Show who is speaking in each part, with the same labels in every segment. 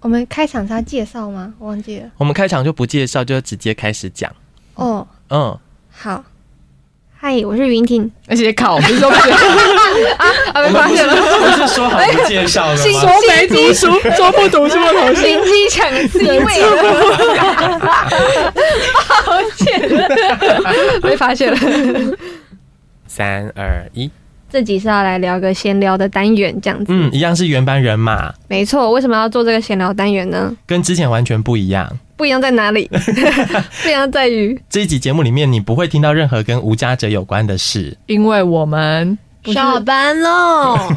Speaker 1: 我们开场是要介绍吗？我忘记了。
Speaker 2: 我们开场就不介绍，就直接开始讲。
Speaker 1: 哦，
Speaker 2: 嗯，
Speaker 1: 好，嗨，我是云婷。
Speaker 3: 而且考不是说不是啊啊被 发现了，
Speaker 4: 不是说好不介绍的
Speaker 3: 说
Speaker 4: 吗？
Speaker 3: 没读书，说不读书的同学，
Speaker 5: 心机抢 C 位了，
Speaker 3: 被发现了。
Speaker 2: 三二一，
Speaker 1: 这集是要来聊个闲聊的单元，这样子。
Speaker 2: 嗯，一样是原班人马，
Speaker 1: 没错，为什么要做这个闲聊单元呢？
Speaker 2: 跟之前完全不一样。
Speaker 1: 不一样在哪里？不一样在于
Speaker 2: 这一集节目里面，你不会听到任何跟无家者有关的事
Speaker 3: 因为我们
Speaker 5: 下班喽。
Speaker 3: 哦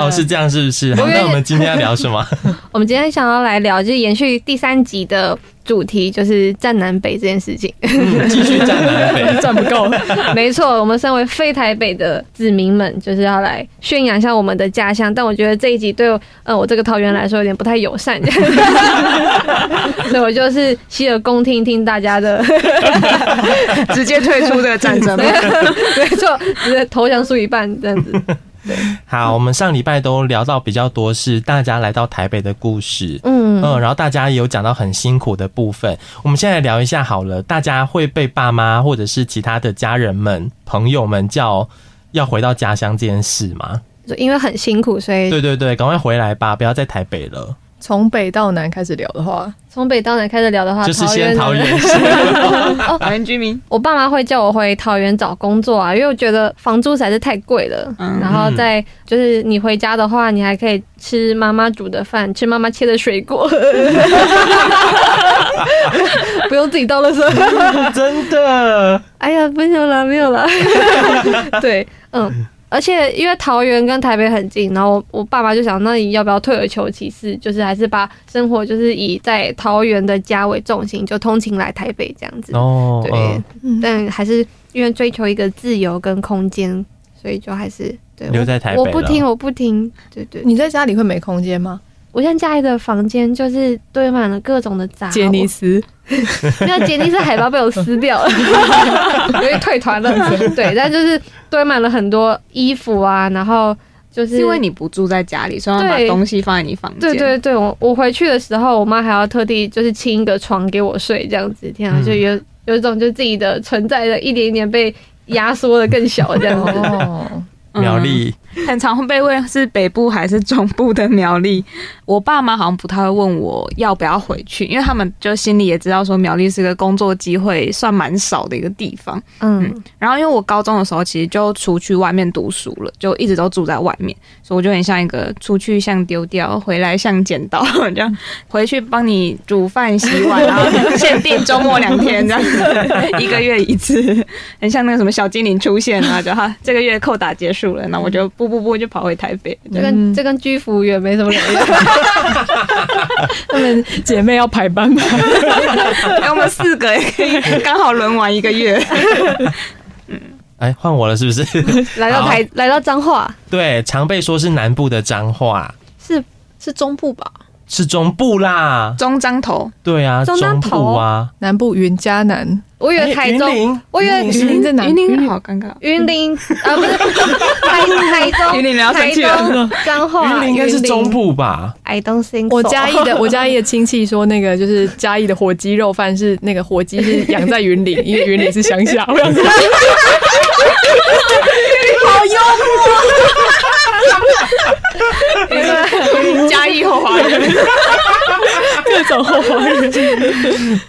Speaker 2: 哦，是这样是不是？好，
Speaker 1: 我以为
Speaker 2: 那我们今天要聊什么？
Speaker 1: 我们今天想要来聊，就是延续第三集的主题，就是站南北这件事情。
Speaker 2: 嗯继续站南北，
Speaker 3: 赚不够，
Speaker 1: 没错，我们身为非台北的子民们，就是要来宣扬一下我们的家乡。但我觉得这一集对呃我这个桃园来说有点不太友善，所以我就是洗耳恭听，听大家的，
Speaker 3: 直接退出这个战争
Speaker 1: 没错，只是投降输一半这样子。
Speaker 2: 好，我们上礼拜都聊到比较多是大家来到台北的故事，
Speaker 1: 嗯
Speaker 2: 嗯，然后大家也有讲到很辛苦的部分。我们现在聊一下好了，大家会被爸妈或者是其他的家人们、朋友们叫要回到家乡这件事吗？
Speaker 1: 就因为很辛苦，所以
Speaker 2: 对对对，赶快回来吧，不要在台北了，
Speaker 3: 从北到南开始聊的话，
Speaker 1: 从北到南开始聊的话，
Speaker 2: 就是先桃园。
Speaker 3: 桃园居民
Speaker 1: 我爸妈会叫我回桃园找工作啊，因为我觉得房租实在是太贵了。
Speaker 5: 嗯
Speaker 1: 然后再就是你回家的话，你还可以吃妈妈煮的饭，吃妈妈切的水果，不用自己倒垃圾。
Speaker 2: 真的，
Speaker 1: 哎呀，没有啦，没有啦。对，嗯。而且因为桃园跟台北很近，然后我我爸妈就想，那你要不要退而求其次，就是还是把生活就是以在桃园的家为重心，就通勤来台北这样子。
Speaker 2: 哦，
Speaker 1: 对
Speaker 2: 嗯，
Speaker 1: 但还是因为追求一个自由跟空间，所以就还是对
Speaker 2: 留在台北
Speaker 1: 我。我不
Speaker 2: 了
Speaker 1: 听，我不听。对对，
Speaker 3: 你在家里会没空间吗？
Speaker 1: 我现在家里的房间就是堆满了各种的杂物。
Speaker 3: 杰尼斯，
Speaker 1: 没有杰尼斯海报被我撕掉了，因为退团了。 对，但就是堆满了很多衣服啊，然后就是
Speaker 5: 是因为你不住在家里，所以要把
Speaker 1: 对
Speaker 5: 东西放在你房间。
Speaker 1: 对对对，我我回去的时候，我妈还要特地就是清一个床给我睡，这样子，天啊，
Speaker 2: 嗯
Speaker 1: 就有有一种就自己的存在的一点一点被压缩的更小这样子。
Speaker 3: 哦，
Speaker 5: 嗯
Speaker 2: 苗栗，
Speaker 5: 很常被问是北部还是中部的苗栗。我爸妈好像不太会问我要不要回去，因为他们就心里也知道说苗栗是个工作机会算蛮少的一个地方。
Speaker 1: 嗯，
Speaker 5: 然后因为我高中的时候其实就出去外面读书了，就一直都住在外面，所以我就很像一个出去像丢掉，回来像捡到这样，回去帮你煮饭、洗碗，然后限定周末两天这样，一个月一次，很像那个什么小精灵出现啊，就哈这个月扣打结束了，那我就不不不就跑回台北，
Speaker 1: 这跟
Speaker 2: 嗯
Speaker 1: 这跟居服务员没什么两 样。
Speaker 3: 他们姐妹要排 班吗？
Speaker 5: 然后我们四个也可以刚好轮完一个月。
Speaker 2: 哎，换我了是 不是？
Speaker 1: 来到台，来到彰化，
Speaker 2: 对，常被说是南部的彰化，
Speaker 1: 是
Speaker 3: 是中部吧？
Speaker 2: 是中部啦。
Speaker 5: 中彰头
Speaker 2: 对啊，
Speaker 1: 中彰
Speaker 2: 中
Speaker 1: 头
Speaker 2: 部啊，
Speaker 3: 南部云嘉南，
Speaker 1: 我以
Speaker 2: 哎
Speaker 1: 为台
Speaker 2: 云
Speaker 1: 中，
Speaker 2: 林
Speaker 1: 我以为
Speaker 3: 云林在哪？
Speaker 5: 云林好尴尬，
Speaker 1: 云林啊，不 是台台 中，
Speaker 5: 云林不要
Speaker 1: 台
Speaker 5: 生气了
Speaker 1: 中彰化，
Speaker 2: 云林应该是中部吧？
Speaker 1: I don't think
Speaker 3: 我
Speaker 1: so
Speaker 3: 嘉义的我嘉义的亲戚说，那个就是嘉义的火鸡肉饭是那个火鸡是养在云林，因为云林是乡下。我想 说，
Speaker 5: 嘉义后华人。
Speaker 3: 各种后花园，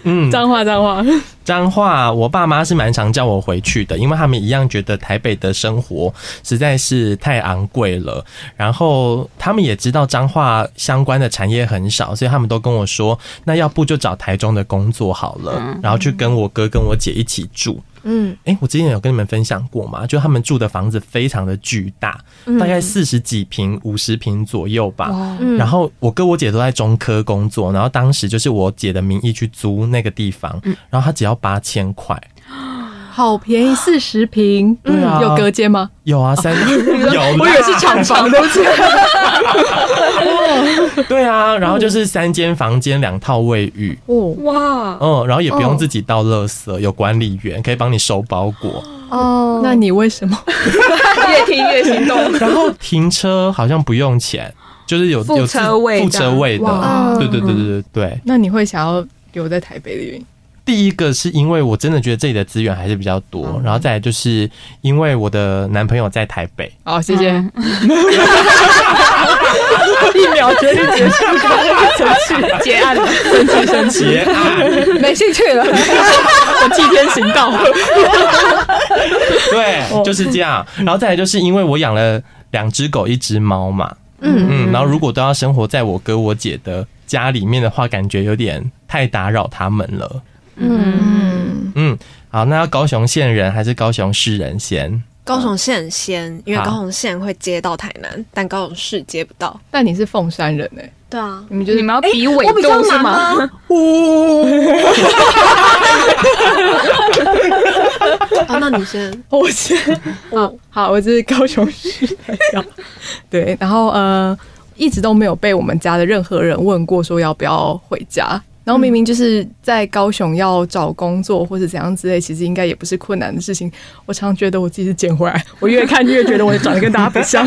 Speaker 2: 嗯，
Speaker 3: 脏话脏话，
Speaker 2: 彰化，我爸妈是蛮常叫我回去的，因为他们一样觉得台北的生活实在是太昂贵了。然后他们也知道彰化相关的产业很少，所以他们都跟我说，那要不就找台中的工作好了，然后去跟我哥跟我姐一起住。
Speaker 1: 嗯，
Speaker 2: 诶，我之前有跟你们分享过嘛，就他们住的房子非常的巨大，大概四十几平、五十平左右吧。
Speaker 1: 嗯
Speaker 2: 然后我哥我姐都在中科工作，然后当时就是我姐的名义去租那个地方，然后他只要八千块，
Speaker 3: 好便宜，四十平，
Speaker 2: 对啊
Speaker 3: 有隔间吗？
Speaker 2: 有啊，三有啦，
Speaker 3: 是 厂房都这样，
Speaker 2: 对啊，然后就是三间房间，两套卫浴，
Speaker 3: 哦，
Speaker 5: 哇，
Speaker 2: 嗯，然后也不
Speaker 1: 哦
Speaker 2: 用自己倒垃圾，有管理员可以帮你收包裹，
Speaker 1: 哦，
Speaker 3: 那你为什么？
Speaker 5: 越听越心动。
Speaker 2: 然后停车好像不用钱，就是有
Speaker 5: 覆
Speaker 2: 有自
Speaker 5: 车位
Speaker 2: 覆
Speaker 5: 这
Speaker 2: 车
Speaker 5: 样
Speaker 2: 位的，
Speaker 3: 哇
Speaker 2: 对对对对对对。
Speaker 3: 那你会想要留在台北的原因？
Speaker 2: 第一个是因为我真的觉得这里的资源还是比较多，然后再来就是因为我的男朋友在台北，
Speaker 3: 好，谢谢。
Speaker 5: 嗯
Speaker 3: 一秒决定结束，生气，结案了，生气，生 气，
Speaker 2: 结案，
Speaker 1: 没兴趣了。
Speaker 3: 我替天行 道。
Speaker 2: 对，就是这样。然后再来就是因为我养了两只狗，一只猫嘛，
Speaker 1: 嗯，
Speaker 2: 嗯，然后如果都要生活在我哥我姐的家里面的话，感觉有点太打扰他们了。
Speaker 3: 嗯，
Speaker 2: 嗯，好，那要高雄县人还是高雄市人先？
Speaker 6: 高雄县先，因为
Speaker 2: 好
Speaker 6: 高雄县会接到台南，但高雄市接不到。
Speaker 3: 但你是凤山人哎，
Speaker 6: 对啊，
Speaker 3: 你们就是
Speaker 5: 你们要比纬
Speaker 6: 我比较
Speaker 5: 度是
Speaker 6: 难
Speaker 5: 吗？
Speaker 6: 吗？ 啊，那你先，
Speaker 3: 我是我好，我是高雄市台长。对，然后呃，一直都没有被我们家的任何人问过说要不要回家。然后明明就是在高雄要找工作或者怎样之类，其实应该也不是困难的事情。我常觉得我自己是捡回来，我越看越觉得我长得跟大家不像。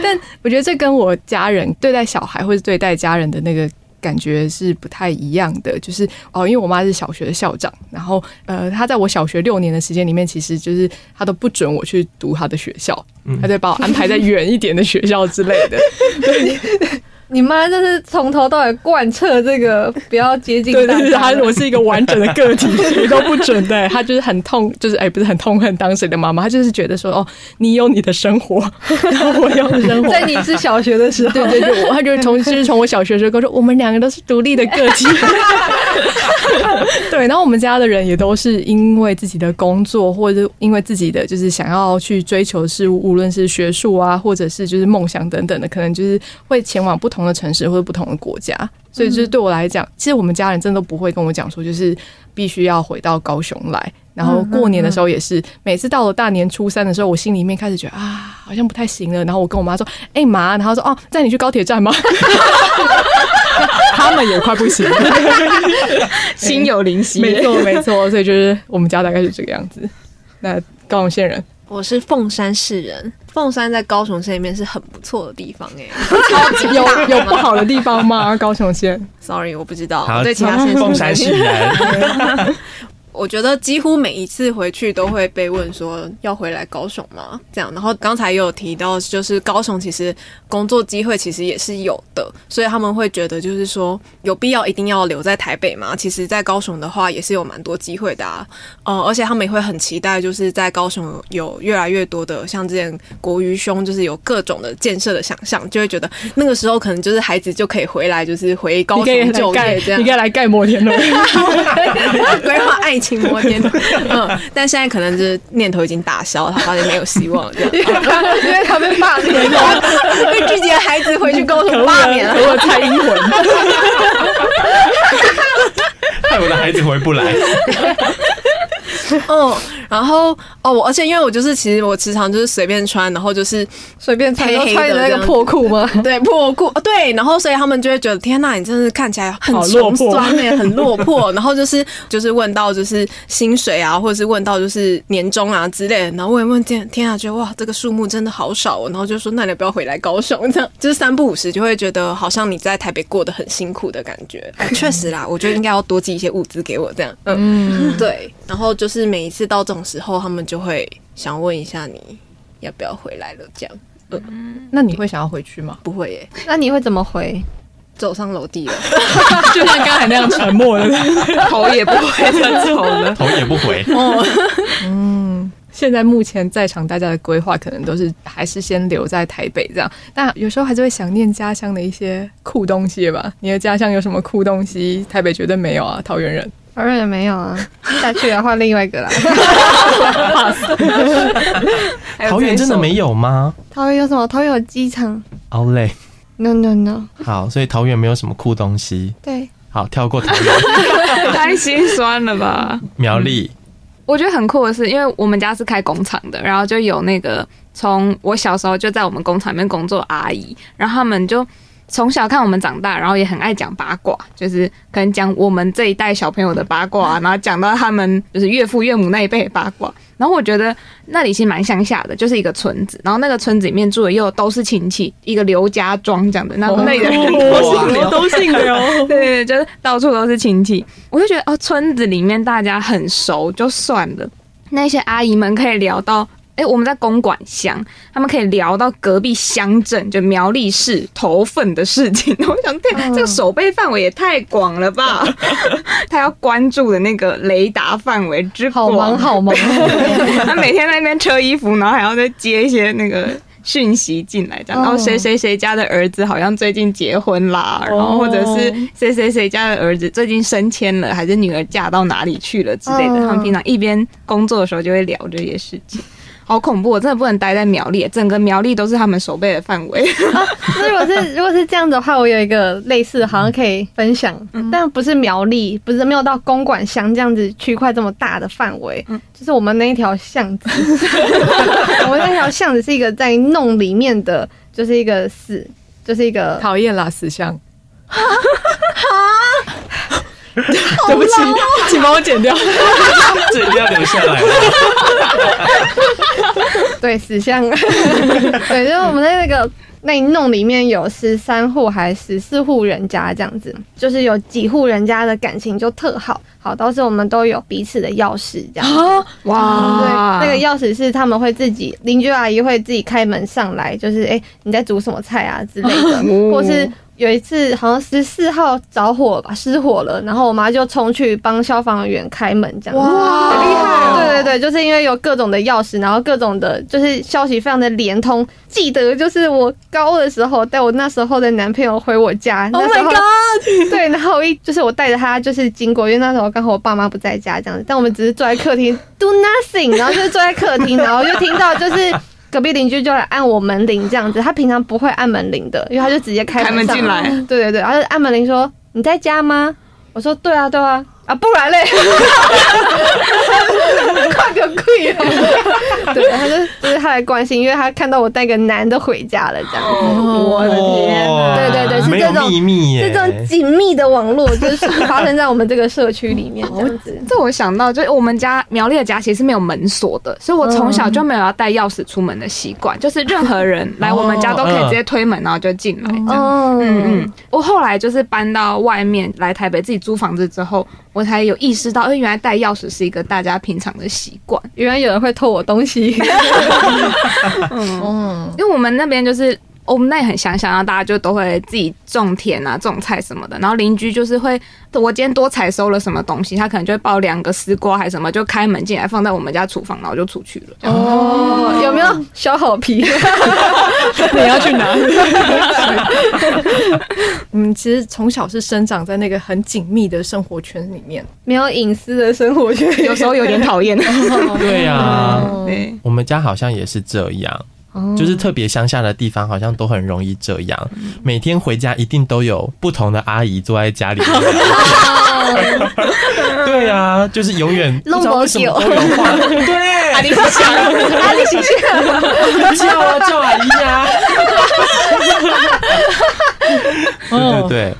Speaker 3: 但我觉得这跟我家人对待小孩或者对待家人的那个感觉是不太一样的。就是哦，因为我妈是小学的校长，然后呃，她在我小学六年的时间里面，其实就是她都不准我去读她的学校，她就把我安排在远一点的学校之类的。
Speaker 1: 你妈这是从头到尾贯彻这个不要接近
Speaker 3: 对
Speaker 1: 大
Speaker 3: 对对，
Speaker 1: 家
Speaker 3: 她
Speaker 1: 人。
Speaker 3: 我是一个完整的个体，谁都不准的。她就是很痛，就是哎，不是很痛恨当时的妈妈，她就是觉得说哦，你有你的生活，然后我有我的生 活，
Speaker 1: 在你是小学的时 候，
Speaker 3: 对对对，我他就是从就是从我小学的时候跟我说，我们两个都是独立的个体。 对，然后我们家的人也都是因为自己的工作，或者是因为自己的就是想要去追求事物，无论是学术啊，或者是就是梦想等等的，可能就是会前往不同的城市或者不同的国家。所以就是
Speaker 1: 嗯
Speaker 3: 对我来讲，其实我们家人真的都不会跟我讲说，就是必须要回到高雄来。然后
Speaker 1: 嗯
Speaker 3: 过年的时候也是，每次到了大年初三的时候，我心里面开始觉得啊，好像不太行了。然后我跟我妈说：“哎、妈。”然后她说：“哦，载你去高铁站吗？” 他们也快不行了。
Speaker 5: 心有灵 犀。
Speaker 3: 没 错，没错，所以就是我们家大概是这个样子。那高雄县人，
Speaker 6: 我是凤山市人，凤山在高雄县里面是很不错的地方 哎、
Speaker 3: 有 有不好的地方 吗？高雄县
Speaker 6: Sorry，我不知道，
Speaker 2: 好
Speaker 6: 哦我对其他县市
Speaker 2: 凤山市人，
Speaker 6: 我觉得几乎每一次回去都会被问说要回来高雄吗？这样，然后刚才也有提到，就是高雄其实工作机会其实也是有的，所以他们会觉得就是说有必要一定要留在台北吗？其实，在高雄的话也是有呃蛮多机会的啊，呃，而且他们也会很期待就是在高雄有越来越多的像之前国瑜兄就是有各种的建设的想象，就会觉得那个时候可能就是孩子就可以回来，就是回
Speaker 3: 你
Speaker 6: 高
Speaker 3: 可以
Speaker 6: 雄
Speaker 3: 来
Speaker 6: 就
Speaker 3: 盖，
Speaker 6: 业这样
Speaker 3: 你可以。来盖摩天轮。
Speaker 6: 规划爱情摩天轮，嗯，但现在可能就是念头已经打消了，他发现没有希望了，这样
Speaker 1: 因为她因为她被霸凌了，
Speaker 6: 被拒绝的孩子回去高
Speaker 3: 可
Speaker 6: 雄
Speaker 3: 恶
Speaker 6: 八
Speaker 3: 了
Speaker 6: 年了
Speaker 3: 可。恶了蔡英文，
Speaker 2: 害我的孩子回不来。
Speaker 6: 嗯，然后哦，我而且因为我就是其实我时常就是随便穿，然后就是
Speaker 1: 随便穿都
Speaker 6: 黑黑的
Speaker 1: 穿着那个
Speaker 6: 这样子
Speaker 1: 破裤吗？
Speaker 6: 对破裤，哦对，然后所以他们就会觉得天呐，你真的是看起来很
Speaker 3: 好落
Speaker 6: 穷
Speaker 3: 魄
Speaker 6: 酸 哎、很落魄。然后就是就是问到就是薪水啊，或者是问到就是年终啊之类的，然后问一问天天啊，觉得哇这个数目真的好少、哦，然后就说那你要不要回来高雄？这样就是三不五时就会觉得好像你在台北过得很辛苦的感觉。哎 确实啦，我觉得应该要多寄一些物资给我这样。嗯，对。然后就是每一次到这种时候，他们就会想问一下你要不要回来了，这样
Speaker 3: 那你会想要回去吗？
Speaker 6: 不会耶、
Speaker 1: 那你会怎么回？
Speaker 6: 走上楼梯了。
Speaker 3: 就像刚才那样沉默的，
Speaker 5: 头也不回的走 了。
Speaker 2: 头也不回。
Speaker 3: 现在目前在场大家的规划可能都是还是先留在台北这样，但有时候还是会想念家乡的一些酷东西吧。你的家乡有什么酷东西？台北绝对没有啊，桃园人。
Speaker 1: 反正也没有啊，下去啊，换另外一个啦。
Speaker 5: 还有
Speaker 2: 桃园
Speaker 5: 这一
Speaker 2: 真的
Speaker 5: 首
Speaker 2: 没有吗？
Speaker 1: 桃园有什么？桃园有机场。
Speaker 2: 好嘞，
Speaker 1: No No No，
Speaker 2: 好，所以桃园没有什么酷东西。
Speaker 1: 对，
Speaker 2: 好，跳过桃园，
Speaker 5: 太心酸了吧？
Speaker 2: 苗栗
Speaker 5: 我觉得很酷的是，因为我们家是开工厂的，然后就有那个从我小时候就在我们工厂里面工作的阿姨，然后他们就从小看我们长大，然后也很爱讲八卦，就是可能讲我们这一代小朋友的八卦，然后讲到他们就是岳父岳母那一辈的八卦。然后我觉得那里其实蛮乡下的，就是一个村子，然后那个村子里面住的又都是亲戚，一个刘家庄这样的，那那里的人都是刘，
Speaker 3: 哦都姓刘，
Speaker 5: 对 对，对就是到处都是亲戚。我就觉得哦，村子里面大家很熟就算了，那些阿姨们可以聊到。哎、我们在公馆乡，他们可以聊到隔壁乡镇，就苗栗市头份的事情。我想， 对，这个守备范围也太广了 吧？他要关注的那个雷达范围之广，
Speaker 1: 好忙好忙，
Speaker 5: 他每天在那边车衣服，然后还要再接一些那个讯息进来，这样。
Speaker 1: 哦
Speaker 5: 然后谁谁谁家的儿子好像最近结婚啦，然后或者是谁谁谁家的儿子最近升迁了，还是女儿嫁到哪里去了之类的。
Speaker 1: 嗯
Speaker 5: 他们平常一边工作的时候就会聊这些事情。好恐怖！我真的不能待在苗栗，整个苗栗都是他们守备的范围。
Speaker 1: 那如果是 如果是这样子的话，我有一个类似，好像可以分享，但不是苗栗，不是没有到公馆乡这样子区块这么大的范围，就是我们那一条巷子，我们那条巷子是一个在弄里面的，就是一个死，就是一个
Speaker 3: 讨厌啦，死相。 对不起，请帮我剪掉。
Speaker 4: 这一定要留下来。
Speaker 1: 对死巷，对，就是我们在那个那一弄里面有十三户还十四户人家这样子，就是有几户人家的感情就特好，好到是我们都有彼此的钥匙这样子。 对，那个钥匙是他们会自己邻居阿姨会自己开门上来，就是哎、诶你在煮什么菜啊之类的，或是有一次好像十四号着火吧，失火了，然后我妈就冲去帮消防员开门这样子。
Speaker 5: 哇
Speaker 1: 很厉害！哦对对对，就是因为有各种的钥匙，然后各种的，就是消息非常的连通。记得就是我高二的时候，带我那时候的男朋友回我家，Oh my god！对，然后我一就是我带着他就是经过，因为那时候刚好我爸妈不在家这样子，但我们只是坐在客厅 do nothing，然后就是坐在客厅，然后就听到就是。隔壁邻居就来按我门铃，这样子，他平常不会按门铃的，因为他就直接开
Speaker 5: 开门
Speaker 1: 上
Speaker 5: 进来，
Speaker 1: 对对对，然后就按门铃说：“你在家吗？”我说：“对啊，对啊，啊，不然嘞，跨个鬼啊！” 对，他就就是他来关心，因为他看到我带个男的回家了，这样子。
Speaker 5: 我的天
Speaker 4: 哇
Speaker 5: 哪！
Speaker 1: 对对对是
Speaker 2: 没
Speaker 1: 这
Speaker 2: 有
Speaker 1: 种
Speaker 2: 秘密
Speaker 1: 这
Speaker 2: 耶，
Speaker 1: 种紧密的网络就是发生在我们这个社区里面，这样子。
Speaker 5: 这我想到，就是我们家苗栗的家其实是没有门锁的，所以我从小就没有要带钥匙出门的习惯，就是任何人来我们家都可以直接推门，然后就进来。这样
Speaker 1: 哦，
Speaker 5: 嗯嗯，我后来就是搬到外面来台北自己租房子之后，我才有意识到，哎，原来带钥匙是一个大家平常的习惯。
Speaker 1: 原来有人会偷我东 西，
Speaker 3: 嗯，
Speaker 5: 因为我们那边就是我们那也很乡下，然后大家就都会自己种田啊、种菜什么的。然后邻居就是会，我今天多采收了什么东西，他可能就会抱两个丝瓜还是什么，就开门进来放在我们家厨房，然后就出去了。
Speaker 1: 哦，有没有削好 皮？
Speaker 3: 你要去哪？嗯，其实从小是生长在那个很紧密的生活圈里面。
Speaker 1: 没有隐私的生活圈，
Speaker 5: 有时候有点讨厌。
Speaker 2: 对呀、
Speaker 5: 哦啊
Speaker 1: 嗯
Speaker 5: 对，哦
Speaker 2: 我们家好像也是这样，就是特别乡下的地方，好像都很容易这样。
Speaker 5: 嗯
Speaker 2: 每天回家一定都有不同的阿姨坐在家里 面。 对啊，就是永远不知道为什么都有 话，对，阿
Speaker 5: 你是 想
Speaker 1: 哪里形
Speaker 2: 叫啊叫阿姨啊。
Speaker 5: 哦
Speaker 2: 对对对，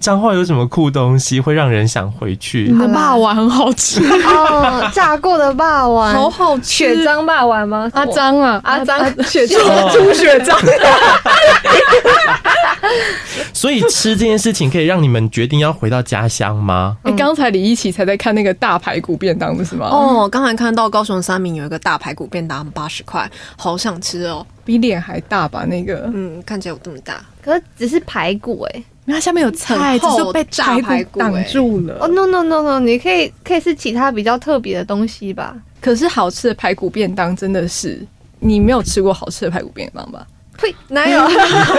Speaker 2: 彰化有什么酷东西会让人想回
Speaker 5: 嗯
Speaker 2: 去？
Speaker 3: 那霸王很好吃，
Speaker 1: 哦，炸过的霸王，
Speaker 3: 好好吃。
Speaker 1: 血章霸王吗？
Speaker 3: 阿张啊，
Speaker 1: 阿张血章，
Speaker 3: 猪血章，
Speaker 2: 所以吃这件事情可以让你们决定要回到家乡吗？
Speaker 3: 哎，刚才李一奇才在看那个大排骨便当，不是吗？
Speaker 2: 啊
Speaker 3: 哦，
Speaker 6: 哦，刚才看到高雄三明有一个大排骨便当，八十块，好想吃哦。
Speaker 3: 比脸还大吧？那个，
Speaker 6: 嗯，看起来有这么大，
Speaker 1: 可是只是排骨哎、
Speaker 3: 它下面有菜，
Speaker 6: 很厚
Speaker 3: 只是被
Speaker 6: 大排骨
Speaker 3: 挡住
Speaker 1: 哦、
Speaker 3: 了。
Speaker 1: no no no no，你可以可以是其他比较特别的东西吧？
Speaker 3: 可是好吃的排骨便当真的是，你没有吃过好吃的排骨便当吧？
Speaker 1: 呸，哪有？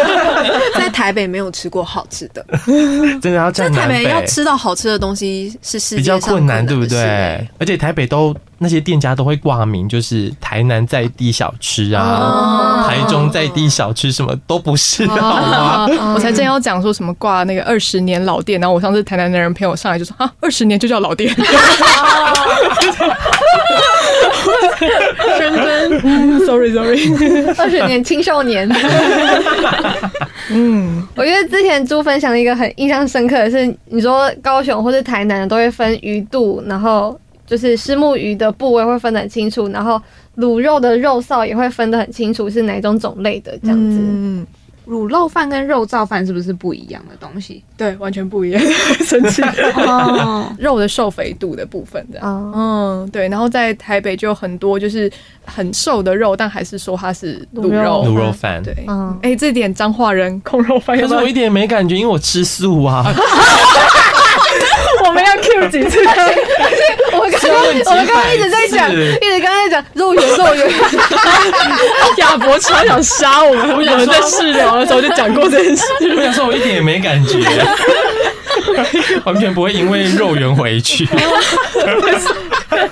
Speaker 6: 在台北没有吃过好吃的，
Speaker 2: 真的要
Speaker 6: 在
Speaker 2: 站
Speaker 6: 台
Speaker 2: 南
Speaker 6: 北
Speaker 2: 北
Speaker 6: 要吃到好吃的东西是世
Speaker 2: 比
Speaker 6: 界
Speaker 2: 较
Speaker 6: 上
Speaker 2: 困难，
Speaker 6: 难，欸
Speaker 2: 对不对？？而且台北都那些店家都会挂名，就是台南在地小吃啊，
Speaker 6: 哦
Speaker 2: 台中在地小吃什么都不是，好吗？
Speaker 3: 啊！ 我才正要讲说什么挂那个二十年老店，然后我上次 台南的人朋友上来就说啊，二十年就叫老店，
Speaker 6: 深蹲
Speaker 3: ，sorry sorry，
Speaker 1: 二十年青少年。
Speaker 3: 嗯，
Speaker 1: 我觉得之前朱分享的一个很印象深刻的是，你说高雄或是台南的都会分鱼肚，然后就是虱目鱼的部位会分得很清楚，然后卤肉的肉臊也会分得很清楚是哪种种类的这
Speaker 3: 这
Speaker 1: 样子。
Speaker 3: 嗯，
Speaker 5: 卤肉饭跟肉燥饭是不是不一样的东西？
Speaker 3: 对，完全不一样， 生气。
Speaker 5: 哦，
Speaker 3: 肉的瘦肥度的部分，这样。
Speaker 1: 哦
Speaker 3: 嗯，对。然后在台北就有很多就是很瘦的肉，但还是说它是
Speaker 1: 卤
Speaker 3: 卤
Speaker 1: 肉
Speaker 3: 肉。
Speaker 2: 卤肉饭。
Speaker 3: 哦对，
Speaker 1: 嗯
Speaker 3: 哎、这点彰化人控肉饭
Speaker 2: 可
Speaker 3: 有
Speaker 2: 是
Speaker 3: 没有
Speaker 2: 我一点也没感觉，因为我吃素啊。
Speaker 3: 我们要 Q 几次？
Speaker 1: 我刚刚我刚刚一直在讲，
Speaker 2: 是
Speaker 1: 一直刚刚在讲肉圆肉圆，
Speaker 3: 亚伯超想杀我们，我们在试聊的时候就讲过这件事。
Speaker 2: 我想说，我一点也没感觉，完全不会因为肉圆回去。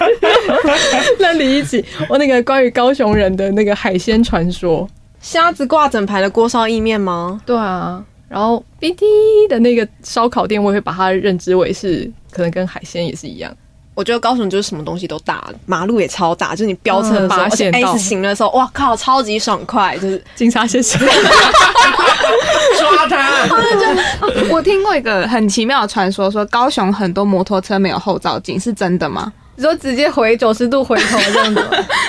Speaker 3: 那李一起，我那个关于高雄人的那个海鲜传说，
Speaker 6: 虾子挂整排的锅烧意面吗？
Speaker 3: 对啊，然后 B T 的那个烧烤店，我也会把它认知为是可能跟海鲜也是一样。
Speaker 6: 我觉得高雄就是什么东西都大，马路也超大，就是你飙车的时
Speaker 3: 嗯
Speaker 6: 候，而且
Speaker 3: 八
Speaker 6: 哎
Speaker 3: 线道
Speaker 6: S 型的时候，哇靠，超级爽快，就是
Speaker 3: 警察先生，
Speaker 2: 抓他！
Speaker 5: 我听过一个很奇妙的传说，说高雄很多摩托车没有后照镜，是真的吗？
Speaker 1: 你说直接回九十度回头这样子吗，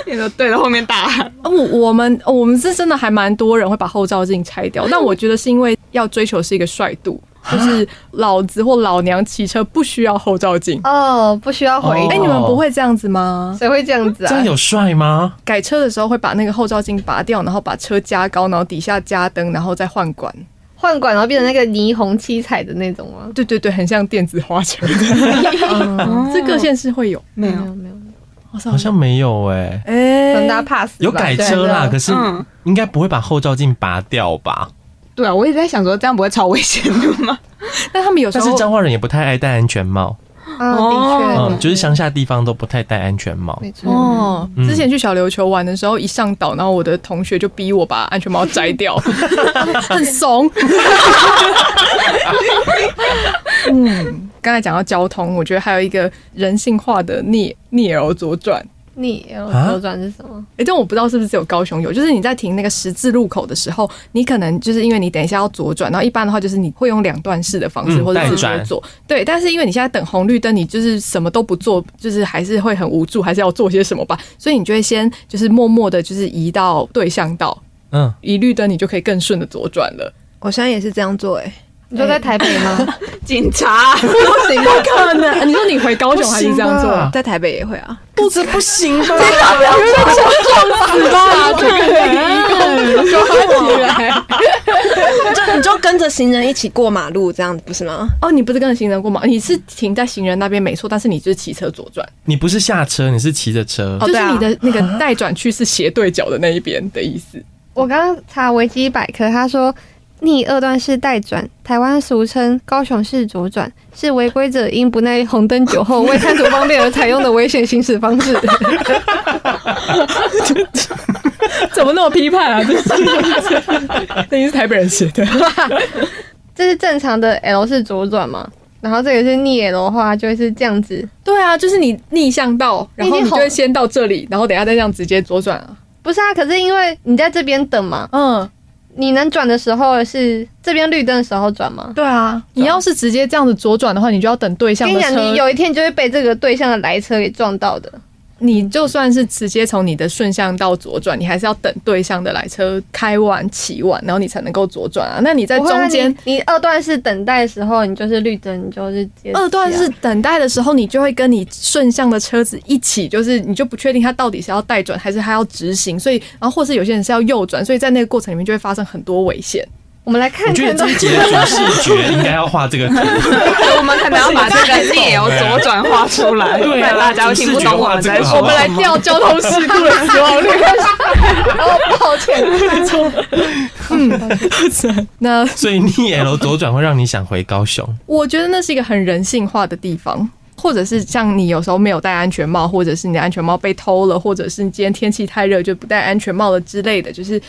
Speaker 5: 你说对着后面打，
Speaker 3: 哦，我我们哦我们是真的还蛮多人会把后照镜拆掉，但我觉得是因为要追求是一个帅度，就是老子或老娘骑车不需要后照镜。
Speaker 1: 哦，不需要回头，
Speaker 3: 哎、
Speaker 2: 哦
Speaker 3: 你们不会这样子吗？
Speaker 1: 谁会这样子
Speaker 2: 这
Speaker 1: 啊？
Speaker 2: 样有帅吗？
Speaker 3: 改车的时候会把那个后照镜拔掉，然后把车加高，然后底下加灯，然后再换管。
Speaker 1: 换管然后变成那个霓虹七彩的那种吗？
Speaker 3: 对对对，很像电子花车，
Speaker 5: 哦
Speaker 3: 这各县市会有。
Speaker 5: 没
Speaker 1: 没
Speaker 5: 有
Speaker 1: 有没有，
Speaker 3: 好
Speaker 2: 好像没有哎，
Speaker 3: 哎
Speaker 1: 可能大家 pass 吧
Speaker 2: 有改车啦，可是
Speaker 5: 嗯
Speaker 2: 应该不会把后照镜拔掉吧？
Speaker 5: 对啊，我也在想说这样不会超危险的吗？
Speaker 3: 但他们有时
Speaker 2: 但是
Speaker 3: 候
Speaker 2: 彰化人也不太爱戴安全帽，
Speaker 1: 啊，的
Speaker 2: 嗯，
Speaker 1: 确，
Speaker 2: 就是乡下地方都不太戴安全帽。
Speaker 1: 没错。
Speaker 3: 哦，
Speaker 2: 嗯
Speaker 3: 之前去小琉球玩的时候，一上岛，然后我的同学就逼我把安全帽摘掉，很怂。嗯，刚才讲到交通，我觉得还有一个人性化的逆逆流左转。
Speaker 1: 逆流
Speaker 2: 啊
Speaker 1: 左转是什么？
Speaker 3: 哎、但我不知道是不是只有高雄有，就是你在停那个十字路口的时候，你可能就是因为你等一下要左转，然后一般的话就是你会用两段式的方式、
Speaker 2: 嗯
Speaker 3: 或者
Speaker 2: 带
Speaker 3: 直
Speaker 2: 转
Speaker 3: 接左，对。但是因为你现在等红绿灯，你就是什么都不做，就是还是会很无助，还是要做些什么吧。所以你就会先就是默默的，就是移到对向道，
Speaker 2: 嗯，
Speaker 3: 一绿灯你就可以更顺的左转了。
Speaker 6: 我现在也是这样做、哎，
Speaker 1: 你说在台北 吗？
Speaker 5: 警察，
Speaker 3: 不行，不可能！ 你说你回高雄还是这样做？
Speaker 6: 在台北也会啊，
Speaker 2: 不这不行吧？
Speaker 3: 哎
Speaker 2: 哎
Speaker 6: 就你就跟着行人一起过马路，这样不是吗？
Speaker 3: 哦，你不是跟着行人过吗？你是停在行人那边没错，但是你就是骑车左转。
Speaker 2: 你不是下车，你是骑着车
Speaker 6: 哦。
Speaker 3: 就是你的那个待转区是斜对角的那一边的意思。
Speaker 1: 我刚刚查维基百科，他说逆二段式带转，台湾俗称高雄市左转，是违规者因不耐红灯酒后为贪图方便而采用的危险行驶方 式。
Speaker 3: 怎么那么批判啊？这是， 那一定是台北人写的。
Speaker 1: 这是正常的 L 是左转嘛？然后这个是逆 L 的话，就会是这样子，
Speaker 3: 对啊，就是你逆向道，然后
Speaker 1: 你已经
Speaker 3: 你就
Speaker 1: 红
Speaker 3: 会先到这里，然后等一下再这样直接左转啊。
Speaker 1: 不是啊？可是因为你在这边等嘛，
Speaker 3: 嗯，
Speaker 1: 你能转的时候是这边绿灯的时候转吗？
Speaker 3: 对啊，你要是直接这样子左转的话，你就要等对向
Speaker 1: 跟
Speaker 3: 的
Speaker 1: 你讲，
Speaker 3: 车
Speaker 1: 你。有一天就会被这个对向的来车给撞到的。
Speaker 3: 你就算是直接从你的顺向道左转，你还是要等对向的来车开完、骑完，然后你才能够左转啊。那你在
Speaker 1: 不会啊
Speaker 3: 中间。
Speaker 1: 你你二段是等待的时候，你就是绿灯，你就是直接骑啊
Speaker 3: 二段是等待的时候，你就会跟你顺向的车子一起，就是你就不确定他到底是要带转还是他要直行，所以然后或是有些人是要右转，所以在那个过程里面就会发生很多危险。
Speaker 1: 我们来看
Speaker 2: 我觉得
Speaker 1: 看到
Speaker 2: 这一集的主视觉应该要画这个 图，
Speaker 5: 我们可能要把这个逆流左转画出来，不
Speaker 2: 对啊
Speaker 5: 然大家会听不懂我们在
Speaker 2: 我
Speaker 5: 说
Speaker 2: 们。来
Speaker 3: 调交通事故的死亡率。
Speaker 1: 哦，抱歉，
Speaker 3: 嗯 那
Speaker 2: 所以逆 L 左转会让你想回高雄。
Speaker 3: 我觉得那是一个很人性化的地方。或者是像你有时候没有戴安全帽，或者是你的安全帽被偷了，或者是你今天天气太热就不戴安全帽了之类的，就是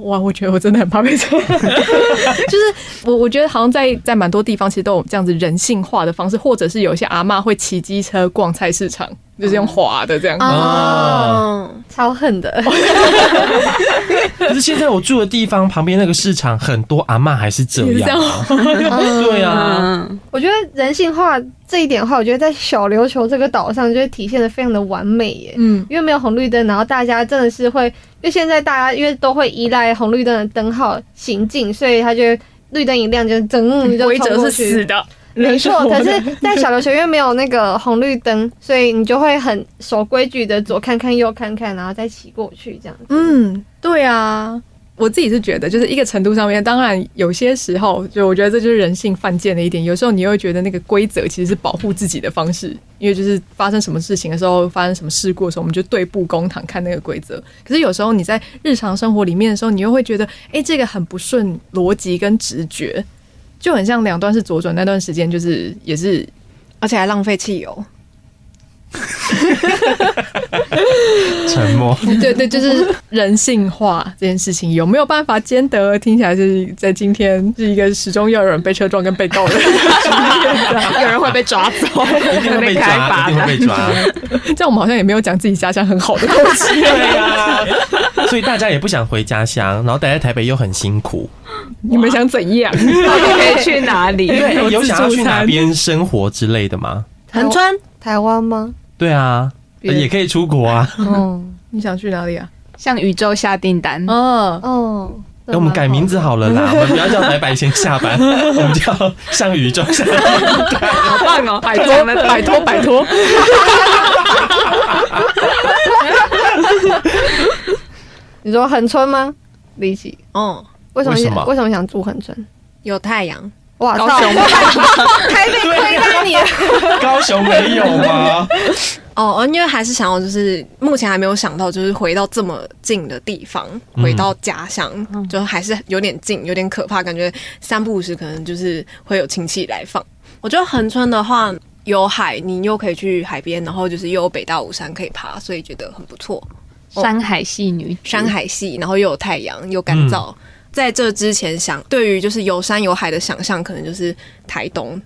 Speaker 3: 哇，我觉得我真的很怕被偷。 就是我我觉得好像在在蛮多地方其实都有这样子人性化的方式，或者是有一些阿嬷会骑机车逛菜市场，就是用滑的这样。
Speaker 2: 哦嗯
Speaker 6: 啊，
Speaker 1: 超恨 的。
Speaker 2: 可是现在我住的地方旁边那个市场，很多阿嬷还是这样啊。对啊，
Speaker 5: 嗯，
Speaker 1: 我觉得人性化这一点的话，我觉得在小琉球这个岛上就会体现的非常的完美耶。
Speaker 3: 嗯，
Speaker 1: 因为没有红绿灯，然后大家真的是会，因为现在大家因为都会依赖红绿灯的灯号行进，所以他就会绿灯一亮就整个就
Speaker 3: 规
Speaker 1: 冲
Speaker 3: 则
Speaker 1: 过
Speaker 3: 是
Speaker 1: 去
Speaker 3: 死的，
Speaker 1: 没
Speaker 3: 人
Speaker 1: 错，
Speaker 3: 活
Speaker 1: 可
Speaker 3: 的
Speaker 1: 是，在小琉球因为没有那个红绿灯，所以你就会很守规矩的左看看右看看，然后再骑过去这样。
Speaker 3: 嗯，对啊。我自己是觉得，就是一个程度上面，当然有些时候，就我觉得这就是人性犯贱的一点。有时候你又会觉得那个规则其实是保护自己的方式，因为就是发生什么事情的时候，发生什么事故的时候，我们就对簿公堂看那个规则。可是有时候你在日常生活里面的时候，你又会觉得，哎、这个很不顺逻辑跟直觉，就很像两段是左转那段时间，就是也是
Speaker 6: 而且还浪费汽油。
Speaker 2: 沉默。
Speaker 3: 对对，就是人性化这件事情有没有办法兼得？听起来是在今天是一个始终要有人被车撞跟被告 的局面的，
Speaker 5: 有人会被抓走，
Speaker 2: 一定
Speaker 5: 会
Speaker 2: 会 被
Speaker 5: 开
Speaker 2: 抓，
Speaker 5: 罚
Speaker 2: 一定会被
Speaker 5: 单。
Speaker 2: 抓。
Speaker 3: 这样我们好像也没有讲自己家乡很好的东 西。
Speaker 2: 对啊，所以大家也不想回家乡，然后待在台北又很辛苦。
Speaker 3: 你们想怎样？
Speaker 5: 到底可以去哪里？
Speaker 2: 对，哎有想要去哪边生活之类的吗？
Speaker 6: 横川
Speaker 1: 台湾 吗？
Speaker 2: 对啊，
Speaker 3: 别
Speaker 2: 也可以出国啊。
Speaker 1: 哦
Speaker 3: 你想去哪里啊？
Speaker 5: 向宇宙下订单，
Speaker 3: 哦，
Speaker 1: 哦，
Speaker 2: 那我们改名字好了 啦，我们不要叫白白先下班，我们叫向宇宙下班。
Speaker 5: 好棒哦！
Speaker 3: 摆脱，摆脱，摆脱。
Speaker 1: 你说恒春吗？李奇，
Speaker 6: 哦，
Speaker 1: 为什么
Speaker 2: 为什
Speaker 1: 想
Speaker 2: 么
Speaker 1: 为什么想住恒春？
Speaker 6: 有太阳，
Speaker 1: 哇
Speaker 5: 高
Speaker 1: 操！
Speaker 5: 雄
Speaker 1: 台 北亏待你了，
Speaker 2: 高雄没有 吗？
Speaker 6: 哦，呃因为还是想要，就是目前还没有想到，就是回到这么近的地方，回到家乡，就还是有点近，有点可怕，感觉三不五时可能就是会有亲戚来访。我觉得横村的话有海，你又可以去海边，然后就是又有北大武山可以爬，所以觉得很不错。
Speaker 5: 山海系女，
Speaker 6: 山，海系，然后又有太阳，又干燥。在这之前想，对于就是有山有海的想象，可能就是台东。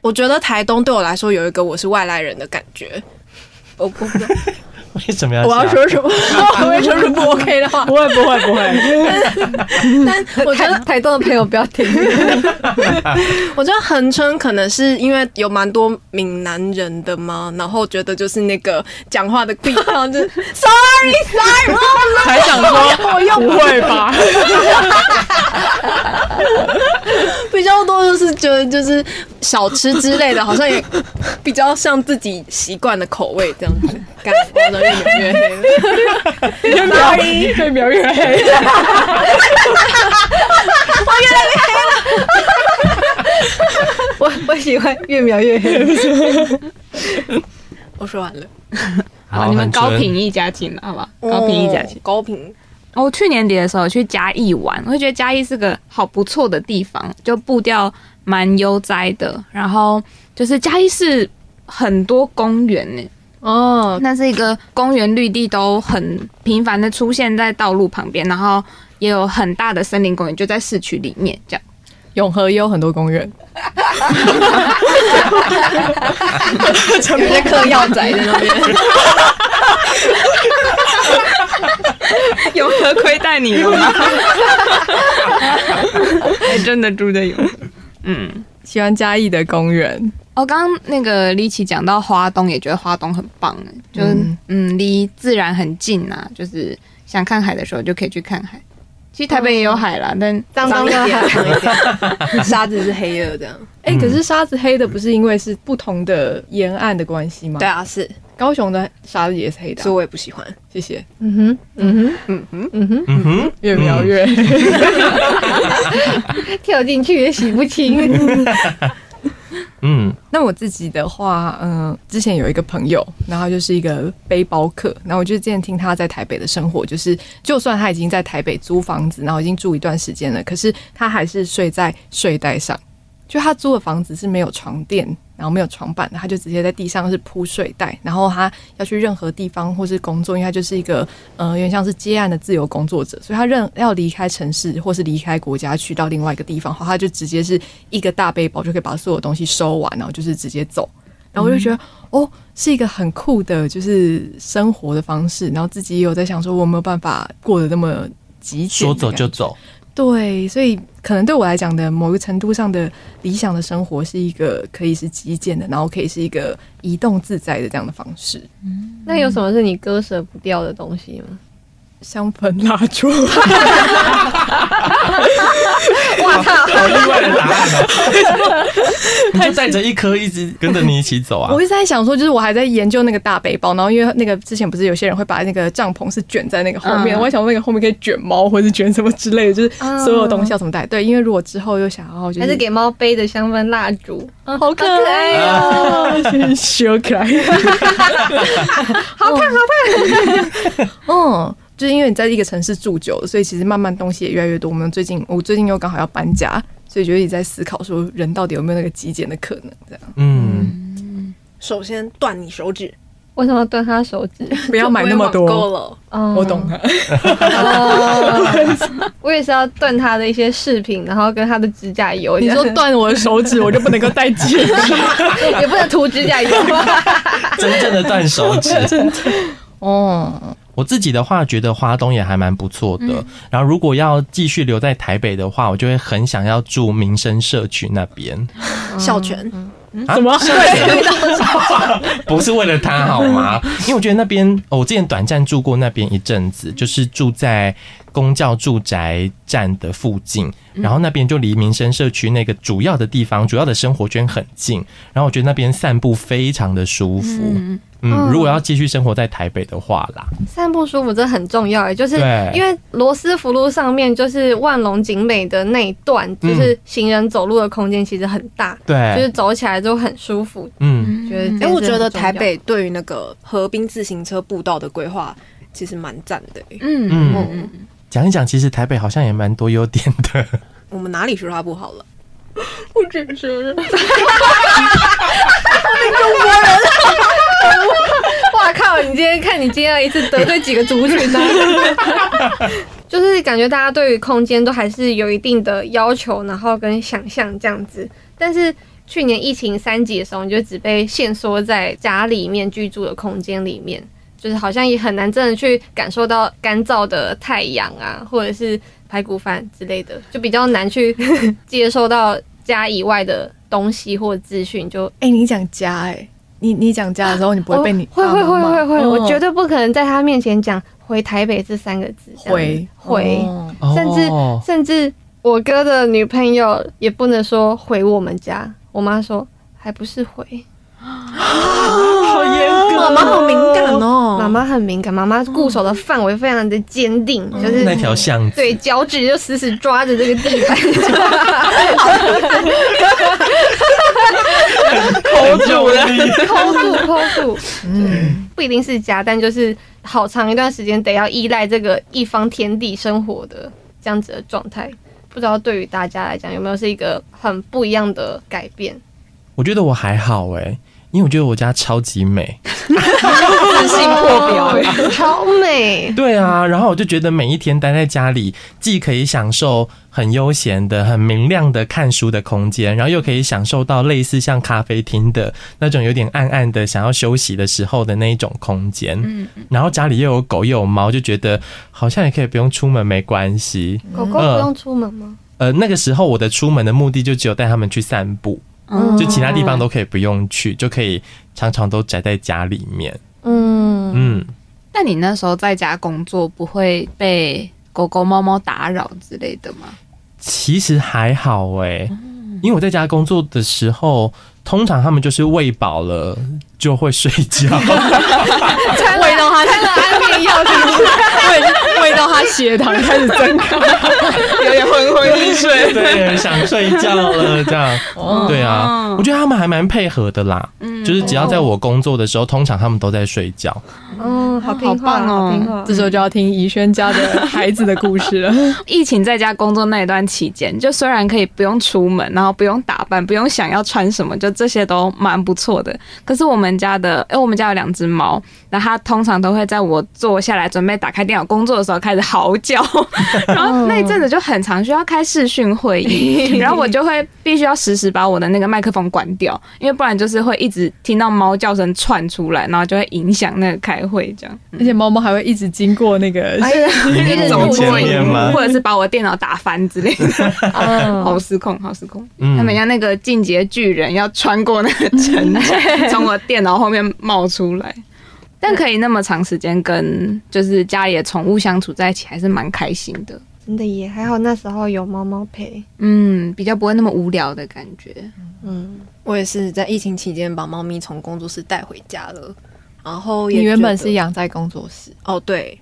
Speaker 6: 我觉得台东对我来说有一个我是外来人的感觉。我我不知道
Speaker 2: 为什么要？
Speaker 6: 我要说什么？我要说是不 OK 的话，
Speaker 3: 不会，不会，不会。
Speaker 6: 但我觉
Speaker 1: 台
Speaker 6: 得，
Speaker 1: 台东的朋友不要听。
Speaker 6: 我觉得恒春可能是因为有蛮多闽南人的嘛，然后觉得就是那个讲话的地方， 就是 sorry sorry，
Speaker 3: 还想说，
Speaker 6: 我用
Speaker 3: 哦不会吧？
Speaker 6: 比较多就是觉得就是小吃之类的，好像也比较像自己习惯的口味这样子。干，我的越描越黑了。
Speaker 3: 越描越 描越黑。
Speaker 1: 我我喜欢越描越黑。
Speaker 6: 我说完了，
Speaker 5: 好，你们高频一家亲了，好吧？高频一家亲。
Speaker 6: 哦高频
Speaker 5: 哦我去年底的时候去嘉义玩，我就觉得嘉义是个好不错的地方，就步调蛮悠哉的。然后就是嘉义是很多公园呢、
Speaker 3: 哦，
Speaker 5: 那是一个公园绿地都很频繁的出现在道路旁边，然后也有很大的森林公园，就在市区里面这样。
Speaker 3: 永和也有很多公园。
Speaker 6: 有些嗑药仔在那边，
Speaker 5: 有何亏待你 了吗？还真的住在永和。嗯，
Speaker 3: 喜欢嘉义的公园，
Speaker 5: 哦，刚刚那个李奇讲到花东，也觉得花东很棒哎，就是
Speaker 3: 嗯
Speaker 5: 嗯，离、自然很近啊，就是想看海的时候就可以去看海。其实台北也有海啦，但
Speaker 1: 脏脏
Speaker 6: 一
Speaker 1: 的
Speaker 6: 点，
Speaker 1: 海，
Speaker 6: 脏一点，沙子是黑的这样。
Speaker 3: 哎、可是沙子黑的不是因为是不同的沿岸的关系吗？
Speaker 6: 对，啊，是，
Speaker 3: 高雄的沙子也是黑的啊、
Speaker 6: 所以我也不喜欢。
Speaker 3: 谢谢，
Speaker 1: 嗯哼，嗯哼，嗯哼，嗯哼，
Speaker 2: 嗯哼，
Speaker 3: 越描越黑。
Speaker 1: 跳进去也洗不 清。
Speaker 2: 嗯，
Speaker 3: 那我自己的话，嗯、之前有一个朋友，然后他就是一个背包客，然后我就之前听他在台北的生活，就是就算他已经在台北租房子，然后已经住一段时间了，可是他还是睡在睡袋上，就他租的房子是没有床垫，然后没有床板的，他就直接在地上是铺睡袋，然后他要去任何地方或是工作，因为他就是一个呃，有点像是接案的自由工作者，所以他任要离开城市或是离开国家去到另外一个地方的话，他就直接是一个大背包就可以把所有东西收完，然后就是直接走。然后我就
Speaker 2: 嗯
Speaker 3: 觉得、哦，是一个很酷的，就是生活的方式。然后自己也有在想说，我有没有办法过得那么极
Speaker 2: 嗯
Speaker 3: 简
Speaker 2: 说
Speaker 3: 的感觉，
Speaker 2: 走就走，
Speaker 3: 对，所以可能对我来讲的某个程度上的理想的生活，是一个可以是极简的，然后可以是一个移动自在的这样的方式。
Speaker 1: 那有什么是你割舍不掉的东西吗？
Speaker 3: 香氛蜡烛，
Speaker 2: 好意外的答案啊！ 你就带着一颗一直跟着你一起走啊
Speaker 3: 我！一直在想说，就是我还在研究那个大背包，然后因为那个之前不是有些人会把那个帐篷是卷在那个后面，
Speaker 5: 嗯
Speaker 3: 我还想说那个后面可以卷猫或者是卷什么之类的，就是所有东西要怎么带。对，因为如果之后又想要就是
Speaker 1: 还是
Speaker 2: 嗯
Speaker 1: 给猫背的香氛蜡烛？
Speaker 3: 好可爱哦， 就是修可爱，哦好
Speaker 1: 哦
Speaker 3: 看好看。嗯，就是因为你在一个城市住久了，所以其实慢慢东西也越来越多。我们最近我最近又刚好要搬家，所以就一直在思考说人到底有没有那个极简的可能？这样
Speaker 2: 嗯，
Speaker 6: 首先断你手指，
Speaker 1: 为什么要断他手指？
Speaker 3: 不要买那么
Speaker 6: 就不会网购
Speaker 3: 多。
Speaker 6: 了。
Speaker 1: 哦
Speaker 3: 我懂了，
Speaker 1: 哦我也是要断他的一些饰品，然后跟他的指甲油。
Speaker 3: 你说断我的手指，我就不能够戴戒指
Speaker 1: 也不能涂指甲油，啊
Speaker 2: 真正的断手指。
Speaker 3: 哦。
Speaker 2: 我自己的话，觉得花东也还蛮不错的。
Speaker 3: 嗯
Speaker 2: 然后，如果要继续留在台北的话，我就会很想要住民生社区那边。
Speaker 6: 孝全，
Speaker 2: 什么？啊 不是为了他好吗？因为我觉得那边，哦我之前短暂住过那边一阵子，就是住在公教住宅站的附近，然后那边就离民生社区那个主要的地方、主要的生活圈很近，然后我觉得那边散步非常的舒服。嗯如果要继续生活在台北的话啦，
Speaker 1: 散步舒服这很重要哎，就是
Speaker 2: 对
Speaker 1: 因为罗斯福路上面就是万隆景美的那一段，就是行人走路的空间其实很大，就是
Speaker 2: 嗯对，
Speaker 1: 走起来就很舒服。
Speaker 2: 嗯，
Speaker 1: 觉得这件事
Speaker 6: 哎、我觉
Speaker 1: 很
Speaker 6: 得
Speaker 1: 重
Speaker 6: 台
Speaker 1: 要
Speaker 6: 北对于那个河滨自行车步道的规划其实蛮赞的、欸。
Speaker 5: 嗯
Speaker 2: 嗯
Speaker 5: 嗯
Speaker 2: 讲一讲，其实台北好像也蛮多优点的。
Speaker 6: 我们哪里说它不好了？
Speaker 1: 不只是那个中国人，哇靠！你今天看你今天一次得罪几个族群呢、就是感觉大家对于空间都还是有一定的要求，然后跟想象这样子。但是去年疫情三级的时候，你就只被限缩在家里面居住的空间里面，就是好像也很难真的去感受到干燥的太阳啊，或者是排骨饭之类的，就比较难去 接受到家以外的东西或资讯，就
Speaker 3: 哎，你讲家哎，你你讲家的时候，你不 会被你
Speaker 1: 哦会
Speaker 3: 爸
Speaker 1: 会
Speaker 3: 妈
Speaker 1: 会
Speaker 3: 骂
Speaker 1: 会会，我
Speaker 3: 嗯
Speaker 1: 绝对不可能在他面前讲“回台北”这三个字，这样
Speaker 3: 回
Speaker 1: 回，
Speaker 3: 哦
Speaker 1: 甚至
Speaker 2: 哦
Speaker 1: 甚至我哥的女朋友也不能说回我们家，我妈说还不是 回，
Speaker 2: 好严格，
Speaker 6: 妈妈好敏感哦，
Speaker 1: 妈妈很敏感，妈妈固守的范围非常的坚定，
Speaker 6: 嗯
Speaker 1: 就是
Speaker 2: 那条巷子，
Speaker 1: 对，脚趾就死死抓着这个地板，
Speaker 2: 抠住了。
Speaker 1: 抠住抠住，嗯，不一定是家，但就是好长一段时间得要依赖这个一方天地生活的这样子的状态。不知道对于大家来讲有没有是一个很不一样的改 变？
Speaker 2: 我觉得我还好哎、因为我觉得我家超级 美。
Speaker 5: 自信破表欸，
Speaker 1: 超美，
Speaker 2: 对啊，然后我就觉得每一天待在家里，既可以享受很悠闲的、很明亮的看书的空间，然后又可以享受到类似像咖啡厅的那种有点暗暗的想要休息的时候的那一种空间。嗯，然后家里又有狗又有猫，就觉得好像也可以不用出门，没关系。
Speaker 1: 狗狗不用出门吗？
Speaker 2: 呃，那个时候我的出门的目的就只有带他们去散步，
Speaker 5: 嗯
Speaker 2: 就其他地方都可以不用去，就可以常常都宅在家里面。
Speaker 1: 嗯，
Speaker 2: 嗯。
Speaker 5: 那你那时候在家工作，不会被狗狗、猫猫打扰之类的吗？
Speaker 2: 其实还好哎、因为我在家工作的时候，通常他们就是喂饱了就会睡觉，
Speaker 1: 喂到它开了安眠药进去，
Speaker 3: 喂到他血糖开始增高，
Speaker 5: 有点昏昏欲睡。
Speaker 2: 对，想睡觉了这样。对啊
Speaker 5: 哦，
Speaker 2: 我觉得他们还蛮配合的啦，
Speaker 5: 嗯
Speaker 2: 就是只要在我工作的时候，通常他们都在睡觉。
Speaker 1: 嗯，好听话，
Speaker 5: 好棒哦
Speaker 1: 好听话
Speaker 3: 这。时候就要听宜轩家的孩子的故事 了。
Speaker 5: 疫情在家工作那一段期间，就虽然可以不用出门，然后不用打扮，不用想要穿什么，就这些都蛮不错的。可是我们家的，哎、我们家有两只猫，那它通常都会在我坐下来准备打开电脑工作的时候开始嚎叫， 然后那一阵子就很常需要开视讯会议，然后我就会必须要时时把我的那个麦克风关掉，因为不然就是会一直听到猫叫声窜出来，然后就会影响那个开会这样。
Speaker 3: 而且猫猫还会一直经过那个，
Speaker 5: 哎
Speaker 2: 荧幕
Speaker 5: 走
Speaker 2: 前
Speaker 5: 过
Speaker 2: 面
Speaker 5: 荧幕
Speaker 2: 吗
Speaker 5: 或者是把我电脑打翻之类的，好失控，好失控。
Speaker 2: 嗯
Speaker 5: 他们像那个进阶巨人要穿过那个城墙， 从我电脑后面冒出来。但可以那么长时间跟就是家里的宠物相处在一起，还是蛮开心的。
Speaker 1: 真的也还好，那时候有猫猫陪。
Speaker 5: 嗯，比较不会那么无聊的感觉。
Speaker 1: 嗯，
Speaker 6: 我也是在疫情期间把猫咪从工作室带回家了，然后也
Speaker 3: 你原本
Speaker 6: 觉
Speaker 3: 是
Speaker 6: 得
Speaker 3: 养在工作室，
Speaker 6: 哦，对，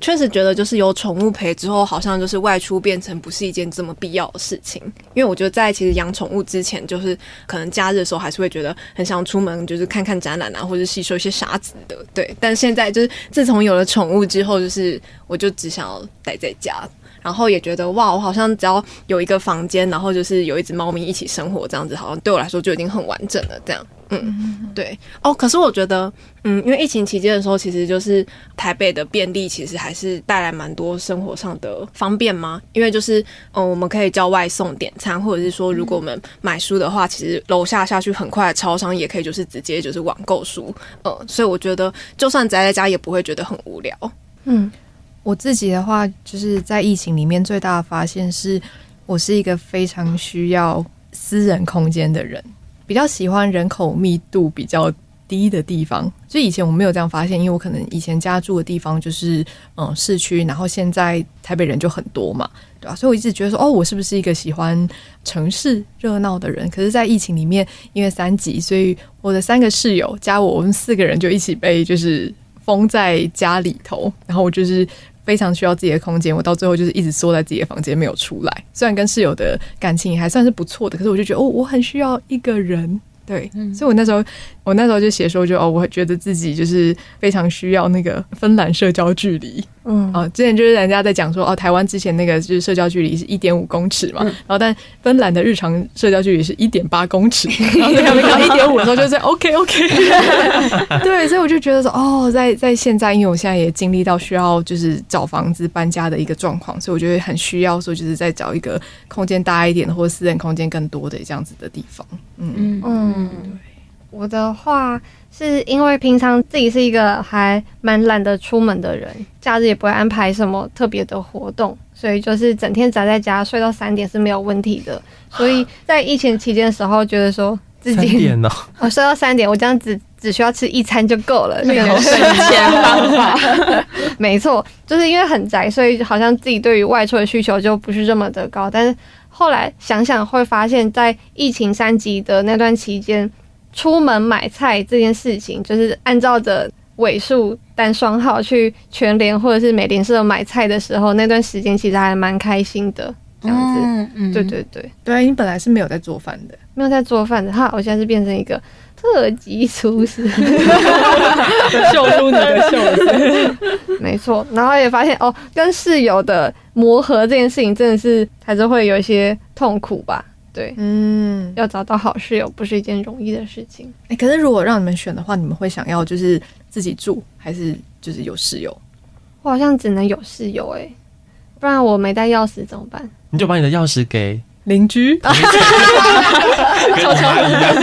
Speaker 6: 确实觉得就是有宠物陪之后，好像就是外出变成不是一件这么必要的事情。因为我觉得在其实养宠物之前，就是可能假日的时候还是会觉得很想出门，就是看看展览啊，或者吸收一些沙子的。对，但现在就是自从有了宠物之后，就是我就只想要待在家。然后也觉得哇，我好像只要有一个房间，然后就是有一只猫咪一起生活，这样子好像对我来说就已经很完整了。这样，嗯，对。哦，可是我觉得，嗯，因为疫情期间的时候，其实就是台北的便利，其实还是带来蛮多生活上的方便嘛。因为就是，嗯，我们可以叫外送点餐，或者是说，如果我们买书的话，其实楼下下去很快的超商也可以，就是直接就是网购书。嗯，所以我觉得，就算宅在家也不会觉得很无聊。
Speaker 5: 嗯
Speaker 3: 我自己的话，就是在疫情里面最大的发现是，我是一个非常需要私人空间的人，比较喜欢人口密度比较低的地方。就以前我没有这样发现，因为我可能以前家住的地方就是嗯市区，然后现在台北人就很多嘛，对吧、所以我一直觉得说，哦，我是不是一个喜欢城市热闹的人？可是，在疫情里面，因为三级，所以我的三个室友加我，我们四个人就一起被就是封在家里头，然后我就是非常需要自己的空间，我到最后就是一直缩在自己的房间没有出来。虽然跟室友的感情还算是不错的，可是我就觉得哦，我很需要一个人。对，所以我那时候，我那时候就写说就，哦，我觉得自己就是非常需要那个芬兰社交距离。嗯，哦，之前就是人家在讲说，哦，台湾之前那个就是社交距离是一点五公尺嘛，然后但芬兰的日常社交距离是一点八公尺，然后对他们讲一点五的时候就是 OK OK。对，所以我就觉得说，哦，在在现在，因为我现在也经历到需要就是找房子搬家的一个状况，所以我觉得很需要说，就是再找一个空间大一点的，或者私人空间更多的这样子的地方。
Speaker 5: 嗯
Speaker 1: 嗯，我的话是因为平常自己是一个还蛮懒得出门的人，假日也不会安排什么特别的活动，所以就是整天宅在家睡到三点是没有问题的。所以在疫情期间的时候，觉得说自
Speaker 2: 三
Speaker 1: 己
Speaker 2: 点哦，
Speaker 1: 我睡到三点，我这样只只需要吃一餐就够了，
Speaker 5: 那个
Speaker 1: 是
Speaker 5: 省钱方法，
Speaker 1: 没错，就是因为很宅，所以好像自己对于外出的需求就不是这么的高。但是后来想想，会发现，在疫情三级的那段期间，出门买菜这件事情，就是按照着尾数单双号去全联或者是美联社买菜的时候，那段时间其实还蛮开心的。这样子，
Speaker 5: 嗯嗯
Speaker 1: 对对对，
Speaker 3: 对，啊你本来是没有在做饭的，
Speaker 1: 没有在做饭的哈，我现在是变成一个特级厨师。
Speaker 3: 秀出你 的秀色。
Speaker 1: 没错，然后也发现哦，跟室友的磨合这件事情真的是还是会有一些痛苦吧。对，
Speaker 3: 嗯，
Speaker 1: 要找到好室友不是一件容易的事情。
Speaker 3: 哎、可是如果让你们选的话，你们会想要就是自己住，还是就是有室友？
Speaker 1: 我好像只能有室友哎、不然我没带钥匙怎么办？
Speaker 2: 你就把你的钥匙给
Speaker 3: 邻居，
Speaker 2: 跟我妈一样，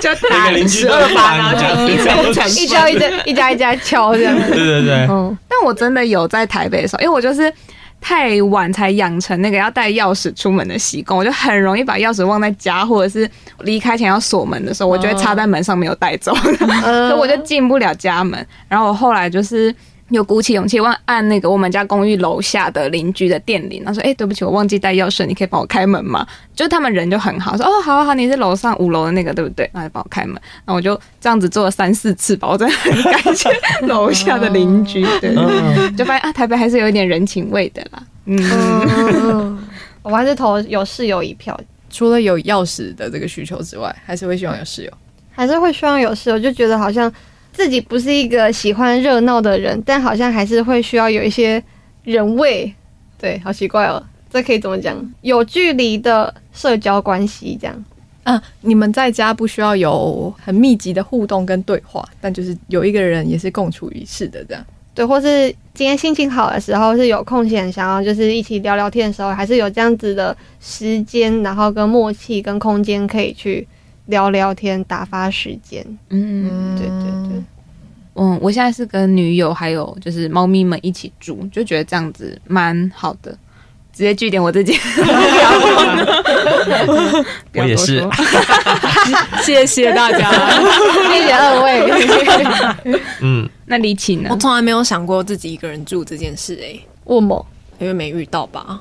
Speaker 5: 就
Speaker 2: 每
Speaker 5: 打
Speaker 2: 个邻居都
Speaker 5: 二八，然后
Speaker 2: 这
Speaker 5: 就一
Speaker 2: 样
Speaker 5: 层层
Speaker 1: 一家一家一家一家敲这样。
Speaker 2: 对对对，
Speaker 1: 嗯，
Speaker 5: 但我真的有在台北的时候，因为我就是太晚才养成那个要带钥匙出门的习惯，我就很容易把钥匙忘在家，或者是离开前要锁门的时候，我就会插在门上没有带走，
Speaker 1: 嗯
Speaker 5: 所以我就进不了家门。然后我后来就是。有鼓起勇气问按那个我们家公寓楼下的邻居的电铃，他说：“哎、对不起，我忘记带钥匙，你可以帮我开门吗？”就他们人就很好，说：“哦，好好好，你是楼上五楼的那个，对不对？”然后就帮我开门。那我就这样子做了三四次吧，我真的很感谢楼下的邻居。对，
Speaker 2: 嗯，
Speaker 5: 就发现啊，台北还是有一点人情味的啦。嗯，
Speaker 1: 嗯嗯我还是投有室友一票，
Speaker 3: 除了有钥匙的这个需求之外，还是会希望有室友。
Speaker 1: 还是会希望有室友，就觉得好像自己不是一个喜欢热闹的人，但好像还是会需要有一些人味。对，好奇怪哦，这可以怎么讲？有距离的社交关系这样。
Speaker 3: 啊，你们在家不需要有很密集的互动跟对话，但就是有一个人也是共处一室的这样。
Speaker 1: 对，或是今天心情好的时候，是有空闲想要就是一起聊聊天的时候，还是有这样子的时间，然后跟默契跟空间可以去聊聊天、打发时间。
Speaker 5: 嗯，
Speaker 1: 对对对，
Speaker 5: 嗯，我现在是跟女友还有就是猫咪们一起住，就觉得这样子蛮好的。直接据点我自己，不 要
Speaker 2: 我也
Speaker 5: 多
Speaker 2: 是
Speaker 5: 说
Speaker 6: 谢谢大 家。
Speaker 1: 谢谢二位。
Speaker 2: 嗯，
Speaker 5: 那李启呢
Speaker 6: 我？从来没有想过自己一个人住这件事、欸，
Speaker 1: 我某
Speaker 6: 因为没遇到吧，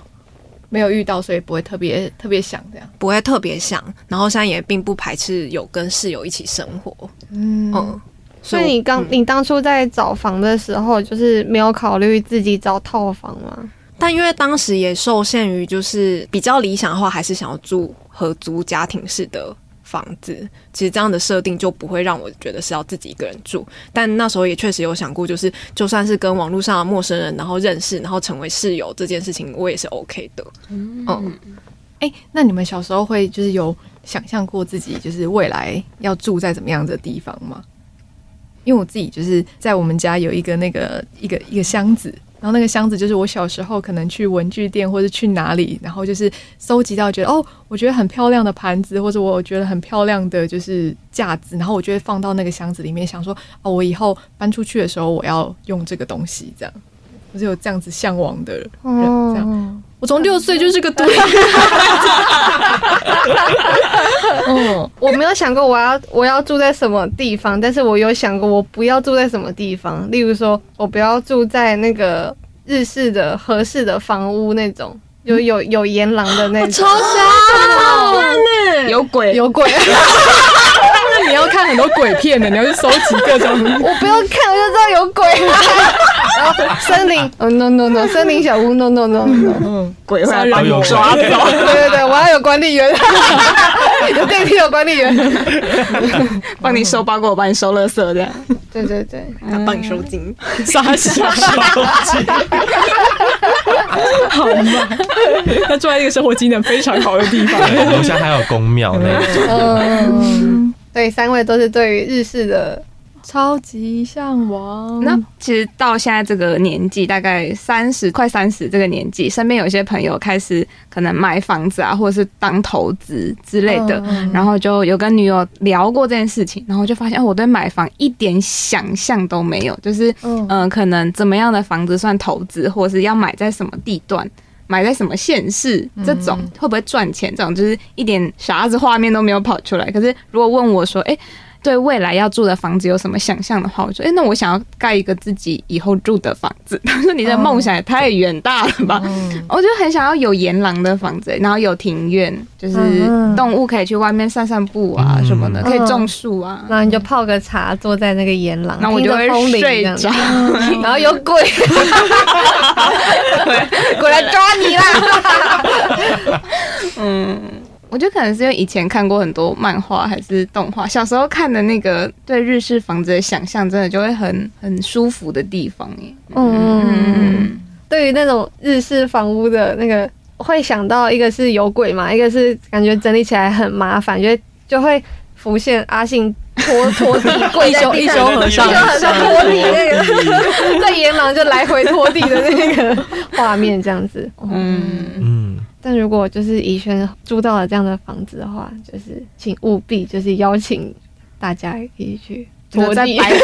Speaker 3: 没有遇到，所以不会特别特别想这样。
Speaker 6: 不会特别想。然后现在也并不排斥有跟室友一起生活，
Speaker 3: 嗯
Speaker 6: 嗯，
Speaker 1: 所以你刚、你当初在找房的时候，就是没有考虑自己找套房吗？
Speaker 6: 但因为当时也受限于，就是比较理想的话，还是想要住合租家庭式的房子。其实这样的设定就不会让我觉得是要自己一个人住。但那时候也确实有想过，就是就算是跟网络上的陌生人，然后认识，然后成为室友这件事情，我也是 OK 的。嗯，
Speaker 3: 哎、那你们小时候会就是有想象过自己就是未来要住在怎么样的地方吗？因为我自己就是在我们家有一个那个一个一个箱子，然后那个箱子就是我小时候可能去文具店或者去哪里，然后就是搜集到觉得哦，我觉得很漂亮的盘子，或者我觉得很漂亮的就是架子，然后我就会放到那个箱子里面，想说哦，我以后搬出去的时候我要用这个东西，这样我是有这样子向往的人，这样。
Speaker 1: 哦，
Speaker 3: 我从六岁就是个独立。嗯，
Speaker 1: 我没有想过我要我要住在什么地方，但是我有想过我不要住在什么地方。例如说，我不要住在那个日式的合适的房屋那种，有有有沿廊的那种， 超
Speaker 5: 有鬼，
Speaker 1: 有鬼。
Speaker 3: 那你要看很多鬼片的，你要去收集各种。
Speaker 1: 我不用看，我就知道有鬼、 然后森林，哦 no no no，森林小屋 no no no no，
Speaker 3: 嗯，
Speaker 5: 鬼会来
Speaker 3: 杀
Speaker 5: 帮
Speaker 3: 人
Speaker 5: 你
Speaker 2: 魔
Speaker 5: 抓 走。
Speaker 1: 对对对，我要有管理 员，有电梯有管理员，
Speaker 5: 帮你收包裹，帮你收垃圾这样。
Speaker 1: 对对对，
Speaker 6: 帮你收金。
Speaker 3: 杀小，好嘛？他住在一个生活机能非常好的地方。
Speaker 2: 对楼下还有公庙那一种，
Speaker 1: 嗯，对，三位都是对于日式的，
Speaker 3: 超级向往
Speaker 5: 那其实到现在这个年纪，大概三十快三十这个年纪，身边有一些朋友开始可能买房子啊，或者是当投资之类
Speaker 1: 嗯
Speaker 5: 的，然后就有跟女友聊过这件事情，然后就发现哦，我对买房一点想象都没有，就是
Speaker 1: 嗯
Speaker 5: 嗯、呃可能怎么样的房子算投资，或者是要买在什么地段。买在什么县市，这种、会不会赚钱？这种就是一点啥子画面都没有跑出来。可是如果问我说，哎、对未来要住的房子有什么想象的话，我说，哎、那我想要盖一个自己以后住的房子。 他说，你的梦想也太远大了吧？我就很想要有沿廊的房子，然后有庭院，就是
Speaker 1: 嗯
Speaker 5: 动物可以去外面散散步啊
Speaker 2: 嗯
Speaker 5: 什么的，可以
Speaker 1: 嗯
Speaker 5: 种树啊。
Speaker 1: 然后你就泡个茶，坐在那个沿廊，
Speaker 5: 那我就
Speaker 1: 听
Speaker 5: 会
Speaker 1: 着风铃这
Speaker 5: 睡
Speaker 1: 样
Speaker 5: 着，
Speaker 1: 然后有 鬼， 鬼来抓你啦！
Speaker 5: 我觉得可能是因为以前看过很多漫画还是动画，小时候看的那个对日式房子的想象，真的就会很很舒服的地方耶。
Speaker 1: 嗯。
Speaker 5: 嗯，
Speaker 1: 对于那种日式房屋的那个，会想到一个是有鬼嘛，一个是感觉整理起来很麻烦，就会就会浮现阿信拖 拖地跪在地上，
Speaker 3: 一休和尚
Speaker 1: 一休和尚拖地那个，在沿廊就来回拖地的那个画面这样子。
Speaker 5: 嗯，
Speaker 2: 嗯，
Speaker 1: 但如果就是怡轩租到了这样的房子的话，就是请务必就是邀请大家一起去
Speaker 5: 就
Speaker 1: 拖
Speaker 5: 是在
Speaker 1: 地。
Speaker 5: 白天，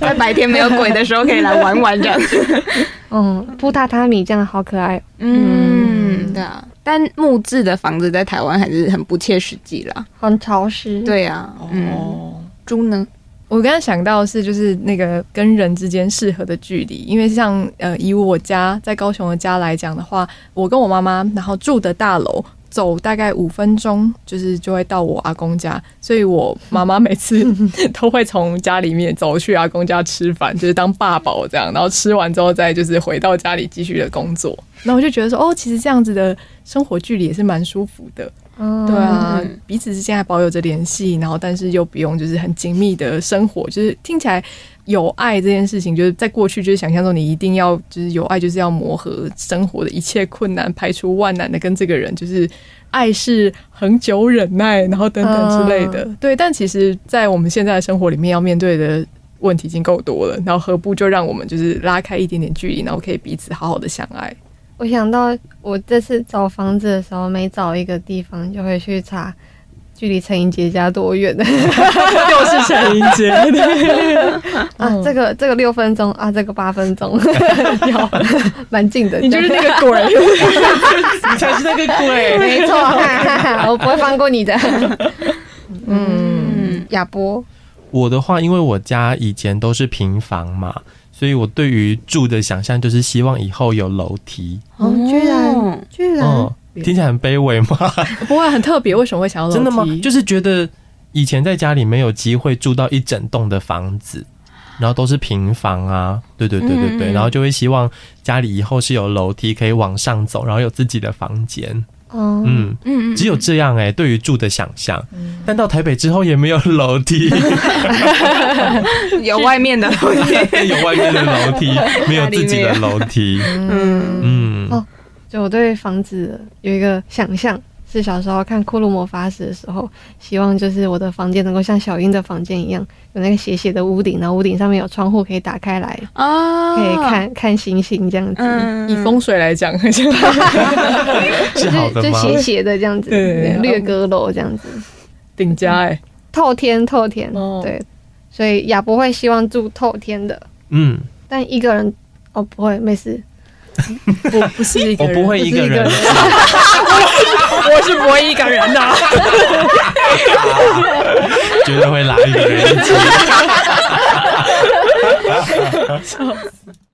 Speaker 5: 在白天没有鬼的时候可以来玩玩这样子。
Speaker 1: 嗯，铺榻榻米这样好可爱哦。
Speaker 5: 嗯，对啊。但木质的房子在台湾还是很不切实际啦。
Speaker 1: 很潮湿，，
Speaker 5: 对啊，嗯，
Speaker 3: 哦。
Speaker 5: 猪呢？
Speaker 3: 我刚刚想到的是，就是那个跟人之间适合的距离，因为像呃，以我家在高雄的家来讲的话，我跟我妈妈，然后住的大楼。走大概五分钟，就是就会到我阿公家，所以我妈妈每次 都会从家里面走去阿公家吃饭，就是当爸宝这样，然后吃完之后再就是回到家里继续的工作。那我就觉得说，哦，其实这样子的生活距离也是蛮舒服的。
Speaker 1: 嗯
Speaker 3: 对啊
Speaker 5: 嗯，
Speaker 3: 彼此之间还保有着联系，然后但是又不用就是很紧密的生活，就是听起来有爱这件事情，就是在过去就是想象中你一定要就是有爱，就是要磨合生活的一切困难，排除万难的跟这个人，就是爱是恒久忍耐，然后等等之类的。对，但其实，在我们现在的生活里面要面对的。问题已经够多了，然后何不就让我们就是拉开一点点距离，然后可以彼此好好的相爱。
Speaker 1: 我想到我这次找房子的时候，每找一个地方就会去查距离陈英杰家多远
Speaker 3: 又是陈英杰，
Speaker 1: 啊？这个这个六分钟啊，这个八分钟，有蛮近的。
Speaker 3: 你就是那个鬼。
Speaker 2: 你才是那个 鬼。
Speaker 1: 没错，哈哈哈我不会放过你的。嗯，亚波，
Speaker 2: 我的话，因为我家以前都是平房嘛，所以我对于住的想象就是希望以后有楼梯。
Speaker 1: 哦，居然居然
Speaker 2: 嗯，听起来很卑微吗？
Speaker 3: 不会很特别，为什么会想要楼梯？
Speaker 2: 真的 吗？就是觉得以前在家里没有机会住到一整栋的房子，然后都是平房啊，对对对对对，
Speaker 5: 嗯
Speaker 2: 然后就会希望家里以后是有楼梯可以往上走，然后有自己的房间，
Speaker 1: 哦，
Speaker 2: 嗯。
Speaker 5: 嗯嗯，
Speaker 2: 只有这样哎、对于住的想象，但到台北之后也没有楼梯，
Speaker 5: 有外面的东西，
Speaker 2: 有外面的楼梯，没有自己的楼梯。
Speaker 5: 嗯，
Speaker 2: 嗯，
Speaker 1: 哦就我对房子有一个想象，是小时候看《骷髅魔法使》的时候，希望就是我的房间能够像小樱的房间一样，有那个斜斜的屋顶，然后屋顶上面有窗户可以打开来，
Speaker 5: 啊，
Speaker 1: 可以，看看星星这样子，
Speaker 5: 嗯，
Speaker 3: 以风水来讲，很 像
Speaker 2: 是好
Speaker 1: 就
Speaker 2: 的
Speaker 1: 就
Speaker 2: 吗？
Speaker 1: 斜斜的这样子，
Speaker 3: 对
Speaker 1: 略阁楼这样子，
Speaker 3: 顶家哎、
Speaker 1: 透天透天，
Speaker 3: 哦
Speaker 1: 对，所以亚伯会希望住透天的，
Speaker 2: 嗯，
Speaker 1: 但一个人哦不会没事，
Speaker 3: 不不是一
Speaker 2: 我
Speaker 3: 个人，
Speaker 2: 不会一个人，
Speaker 3: 我是不会一个人的、啊
Speaker 2: 绝对会拉一个人一起。